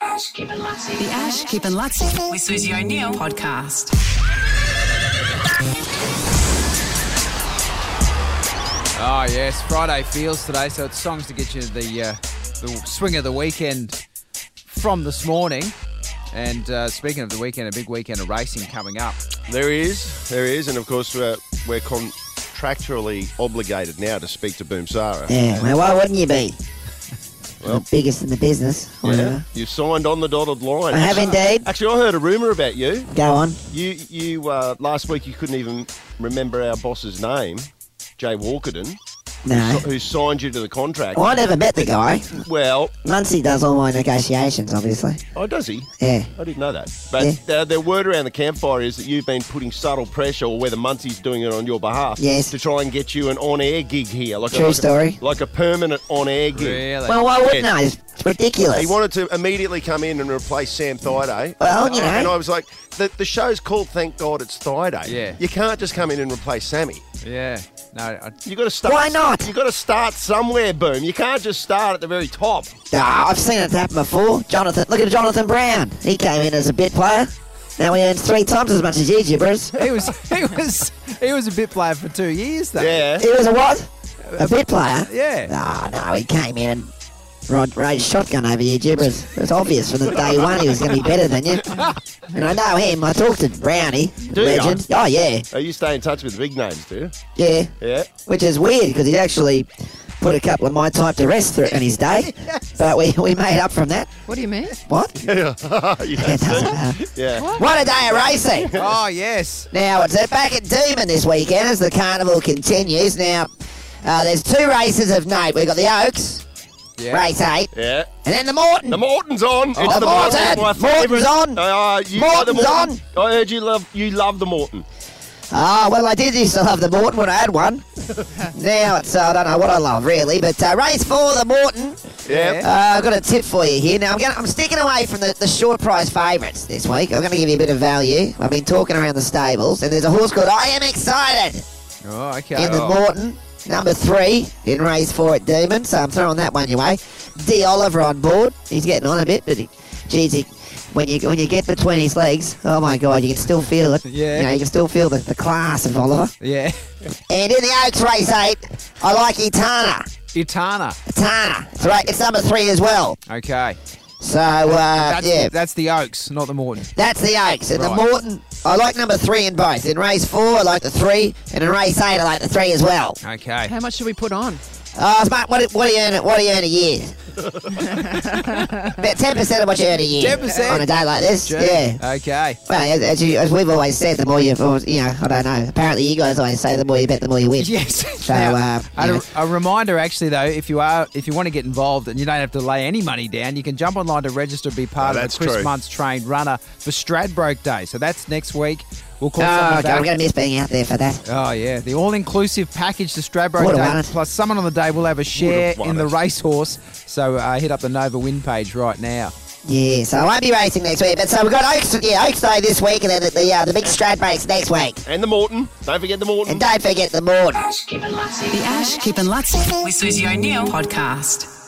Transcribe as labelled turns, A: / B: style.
A: Ash, Kip and Lutzi.
B: The Ash, Kip and Lutz with Susie O'Neill podcast.
C: Oh yes, Friday feels today, so it's songs to get you the uh, the swing of the weekend from this morning. And uh, speaking of the weekend, a big weekend of racing coming up.
D: There is, there is, and of course we're, we're contractually obligated now to speak to Boom Sara.
E: Yeah, well, why wouldn't you be?
D: Well-
E: the biggest in the business. Whatever.
D: You signed on the dotted line.
E: I have indeed.
D: Actually, I heard a rumor about you.
E: Go on.
D: You, you uh, last week you couldn't even remember our boss's name, Jay Walkerton,
E: No.
D: who signed you to the contract.
E: Well, I never met the guy.
D: Well,
E: Muncie does all my negotiations, obviously.
D: oh, does he?
E: Yeah.
D: I didn't know that. But uh, the word around the campfire is that you've been putting subtle pressure, or whether Muncie's doing it on your behalf,
E: Yes.
D: to try and get you an on-air gig here, like
E: True
D: a, like
E: story.
D: a, like a permanent on-air gig.
C: Really?
E: Well, why wouldn't I? It's ridiculous.
D: He wanted to immediately come in and replace Sam Thaiday.
E: Well, you know.
D: And I was like, the, the show's called Thank God It's Thaiday.
C: Yeah.
D: You can't just come in and replace Sammy.
C: yeah. No, I,
D: You got to start.
E: Why not?
D: You got to start somewhere, Boom. You can't just start at the very top.
E: Ah, I've seen it happen before. Jonathan, look at Jonathan Brown. He came in as a bit player. Now he earns three times as much as you, gibberish.
C: he was he was he was a bit player for two years though.
D: Yeah.
E: He was a what? A bit player?
C: Yeah.
E: Oh, no, he came in and Rod raised shotgun over you, gibberish. It was obvious from the day one he was going to be better than you. And I know him. I talked to Brownie,
D: Do
E: legend. Oh, yeah.
D: Oh, you stay in touch with the big names, do you?
E: Yeah.
D: Yeah.
E: Which is weird because he actually put a couple of my type to rest through in his day. But we, we made up from that.
F: What do you mean?
E: What?
D: yeah.
E: It doesn't matter.
D: Yeah.
E: What a day of racing!
C: Oh yes.
E: Now it's uh, back at Demon this weekend as the carnival continues. Now uh, there's two races of note. We've got the Oaks,
C: Yeah.
E: race eight,
D: Yeah.
E: and then the Morton.
D: The Morton's on. It's
E: the Morton.
D: my
E: Oh, Morton's
D: favourite.
E: on.
D: Uh, you like the
E: Morton's
D: Morton? I heard you love you love the Morton.
E: Ah, well, I did used to love the Morton when I had one. now it's, uh, I don't know what I love really, but uh, race four, the Morton.
D: Yeah.
E: Uh, I've got a tip for you here. Now, I'm, gonna, I'm sticking away from the, the short price favourites this week. I'm going to give you a bit of value. I've been talking around the stables, and there's a horse called I Am Excited
C: Oh okay.
E: in the
C: Oh.
E: Morton, number three in race four at Demon. So I'm throwing that one your way. D Oliver on board. He's getting on a bit, but he, geez, he, when you when you get between his legs, oh my God, you can still feel it.
C: Yeah.
E: you, know, you can still feel the, the class of Oliver.
C: yeah.
E: And in the Oaks race eight, I like Itana.
C: Itana.
E: Itana. It's right. It's number three as well.
C: Okay.
E: So uh,
C: That's,
E: yeah.
C: that's the Oaks, not the Morton.
E: That's the Oaks. And
C: Right.
E: the Morton, I like number three in both. In race four, I like the three. And in race eight, I like the three as well.
C: Okay.
F: How much should we put on?
E: Oh, mate, what, do- what do you earn? What do you earn a year? About ten percent of what you earn a year
C: 10%?
E: on a day like this. Yeah.
C: Okay.
E: Well, as, as, you, as we've always said, the more you, have you know, I don't know. Apparently, you guys always say the more you bet, the more you win.
C: Yes.
E: So, uh,
C: And
E: yeah.
C: a, a reminder, actually, though, if you are if you want to get involved and you don't have to lay any money down, you can jump online to register and be part
D: Oh,
C: of
D: that's
C: the Chris
D: true.
C: Muntz trained runner for Stradbroke Day. So that's next week. We'll call
E: Oh,
C: someone
E: God, I'm
C: back.
E: going to miss being out there for that.
C: Oh yeah, the all-inclusive package to Stradbroke
E: Would've
C: Day,
E: won it.
C: plus someone on the day will have a share
D: won
C: in the
D: it.
C: racehorse. So uh, hit up the Nova Win page right now.
E: Yeah, so I won't be racing next week. But so we've got Oaks, yeah, Oaks Day this week, and then the the, uh, the big Strad race next week.
D: And the Morton. Don't forget the Morton.
E: And don't forget the Morton.
A: Ash, Kip and Lutzi.
B: The Ash, Kip and Lutz with Susie O'Neill podcast.